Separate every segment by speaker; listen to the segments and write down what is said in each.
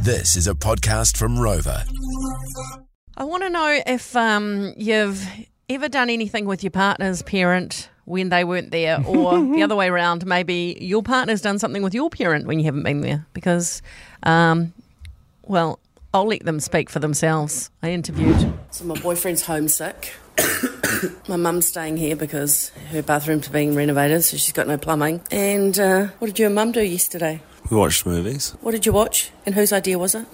Speaker 1: This is a podcast from Rover.
Speaker 2: I want to know if um, you've ever done anything with your partner's parent when they weren't there, or the other way around. Maybe your partner's done something with your parent when you haven't been there, because, um, well, I'll let them speak for themselves. I interviewed.
Speaker 3: So my boyfriend's homesick. my mum's staying here because her bathroom's being renovated, so she's got no plumbing. And uh, what did your mum do yesterday?
Speaker 4: We watched movies.
Speaker 3: What did you watch? And whose idea was it?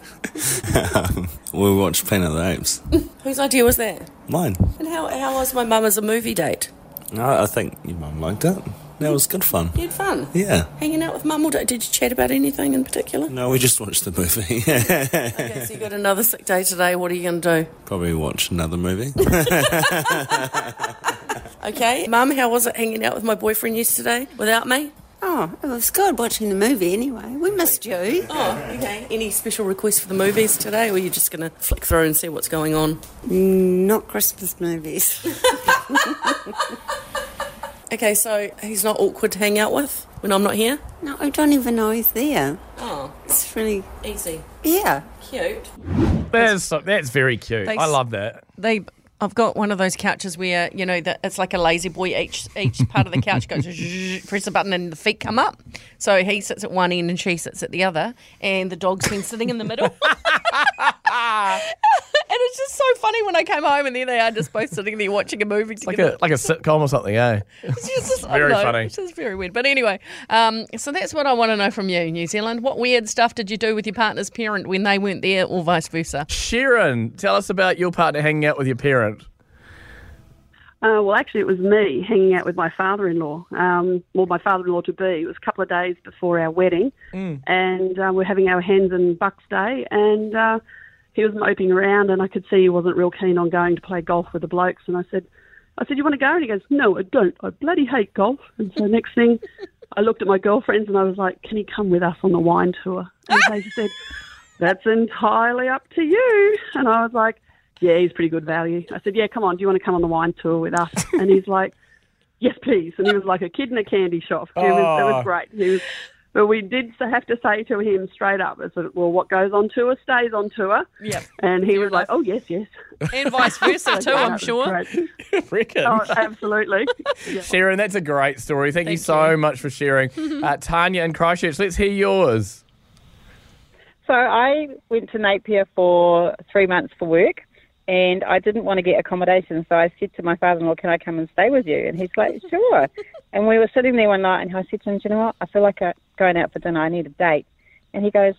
Speaker 4: We watched Planet of the Apes.
Speaker 3: Whose idea was that?
Speaker 4: Mine.
Speaker 3: And how, how was my mum as a movie date?
Speaker 4: No, I think your mum liked it. That was good fun.
Speaker 3: You had fun?
Speaker 4: Yeah.
Speaker 3: Hanging out with mum all day. Did you chat about anything in particular?
Speaker 4: No, we just watched the movie.
Speaker 3: Okay, so you got another sick day today. What are you going to do?
Speaker 4: Probably watch another movie.
Speaker 3: Okay. Mum, how was it hanging out with my boyfriend yesterday without me?
Speaker 5: Oh, it was good watching the movie anyway. We missed you.
Speaker 3: Oh, okay. Any special requests for the movies today, or are you just going to flick through and see what's going on?
Speaker 5: Not Christmas movies.
Speaker 3: Okay, so he's not awkward to hang out with when I'm not here?
Speaker 5: No, I don't even know he's there.
Speaker 3: Oh,
Speaker 5: It's really,
Speaker 3: easy.
Speaker 5: yeah.
Speaker 3: Cute.
Speaker 6: That's so, that's very cute.
Speaker 2: Thanks.
Speaker 6: I love that.
Speaker 2: They, I've got one of those couches where you know that it's like a lazy boy. Each each part of the couch goes zzzz, press a button and the feet come up. So he sits at one end and she sits at the other, and the dog's been sitting in the middle. and it's just so funny when I came home and there they are, just both sitting there watching a movie
Speaker 6: Like
Speaker 2: together.
Speaker 6: a like a sitcom or something, eh?
Speaker 2: It's just- it's- I
Speaker 6: Very
Speaker 2: don't know,
Speaker 6: funny.
Speaker 2: It's just very weird. But anyway, um, so that's what I want to know from you, New Zealand. What weird stuff did you do with your partner's parent when they weren't there, or vice versa?
Speaker 6: Sharon, tell us about your partner hanging out with your parent.
Speaker 7: Uh, well, actually, it was me hanging out with my father-in-law, um, well, my father-in-law to be. It was a couple of days before our wedding, and uh, we're having our hands and bucks day, and uh, he was moping around, and I could see he wasn't real keen on going to play golf with the blokes, and I said, I said, you want to go? And he goes, no, I don't. I bloody hate golf. And so next thing, I looked at my girlfriends, and I was like, can he come with us on the wine tour? And they said, that's entirely up to you. And I was like, yeah, he's pretty good value. I said, yeah, come on, do you want to come on the wine tour with us? And he's like, yes, please. And he was like a kid in a candy shop. It was, it
Speaker 6: Oh.
Speaker 7: was great. He was, but we did have to say to him straight up, I said, well, what goes on tour stays on tour.
Speaker 2: Yep.
Speaker 7: And he was like, oh, yes, yes.
Speaker 2: And vice versa, too,
Speaker 7: Yeah,
Speaker 2: I'm
Speaker 7: that was
Speaker 2: sure.
Speaker 7: great.
Speaker 6: Reckon.
Speaker 7: Oh, absolutely. Yeah.
Speaker 6: Sharon, that's a great story. Oh, Thank, you so much for sharing. uh, Tanya in Christchurch, let's hear yours.
Speaker 8: So I went to Napier for three months for work, and I didn't want to get accommodation. So I said to my father-in-law, "Can I come and stay with you?" And he's like, "Sure." and we were sitting there one night, and I said to him, "Do "You know what? I feel like uh going out for dinner. I need a date." And he goes,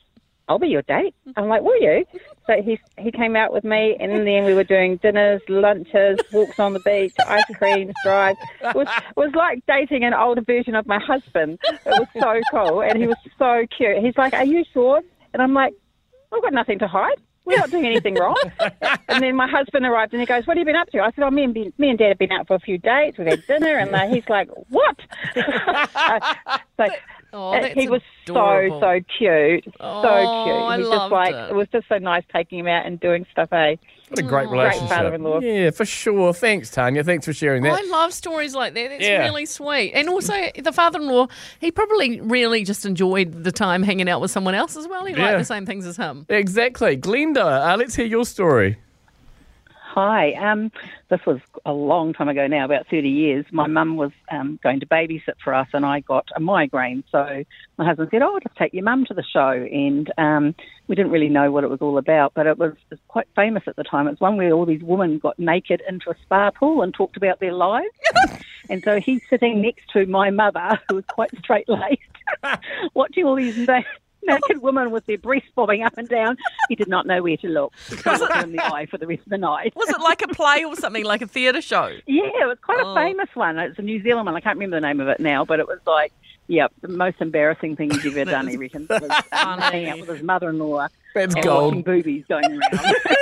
Speaker 8: "I'll be your date." I'm like, "Will you?" So he he came out with me, and then we were doing dinners, lunches, walks on the beach, ice cream, drives. It was it was like dating an older version of my husband. It was so cool, and he was so cute. He's like, "Are you sure?" And I'm like, I've got nothing to hide. We're not doing anything wrong. and then my husband arrived and he goes, What have you been up to? I said, Oh, me and, me and Dad have been out for a few dates. We've had dinner. And uh, he's like, What? Uh, so
Speaker 2: Oh,
Speaker 8: uh,
Speaker 2: that's
Speaker 8: he was
Speaker 2: adorable.
Speaker 8: so, so cute. So
Speaker 2: Oh,
Speaker 8: cute.
Speaker 2: I
Speaker 8: He's
Speaker 2: loved
Speaker 8: just like,
Speaker 2: it.
Speaker 8: it. was just so nice taking him out and doing stuff, eh?
Speaker 6: What a great relationship.
Speaker 8: Great father-in-law.
Speaker 6: Yeah, for sure. Thanks, Tanya. Thanks for sharing that.
Speaker 2: I love stories like that. That's
Speaker 6: Yeah.
Speaker 2: really sweet. And also, the father in law, he probably really just enjoyed the time hanging out with someone else as well. He liked
Speaker 6: Yeah.
Speaker 2: the same things as him.
Speaker 6: exactly. Glenda, uh, let's hear your story.
Speaker 8: Hi. Um, this was a long time ago now, about 30 years. My mum was um, going to babysit for us, and I got a migraine. So my husband said, "Oh, I'll just take your mum to the show." And um, we didn't really know what it was all about, but it was, it was quite famous at the time. It's one where all these women got naked into a spa pool and talked about their lives. and so he's sitting next to my mother, who was quite straight laced, watching all these. Na- Naked women with their breasts bobbing up and down. He did not know where to look. He couldn't look her in the eye for the rest of the night.
Speaker 2: Was it like a play or something, like a theatre show?
Speaker 8: Yeah, it was quite
Speaker 2: Oh.
Speaker 8: a famous one. It's a New Zealand one. I can't remember the name of it now, but it was like, yeah, the most embarrassing thing he's ever done. He reckons was um, hanging out with his mother-in-law
Speaker 6: That's
Speaker 8: and
Speaker 6: gold.
Speaker 8: watching boobies going around.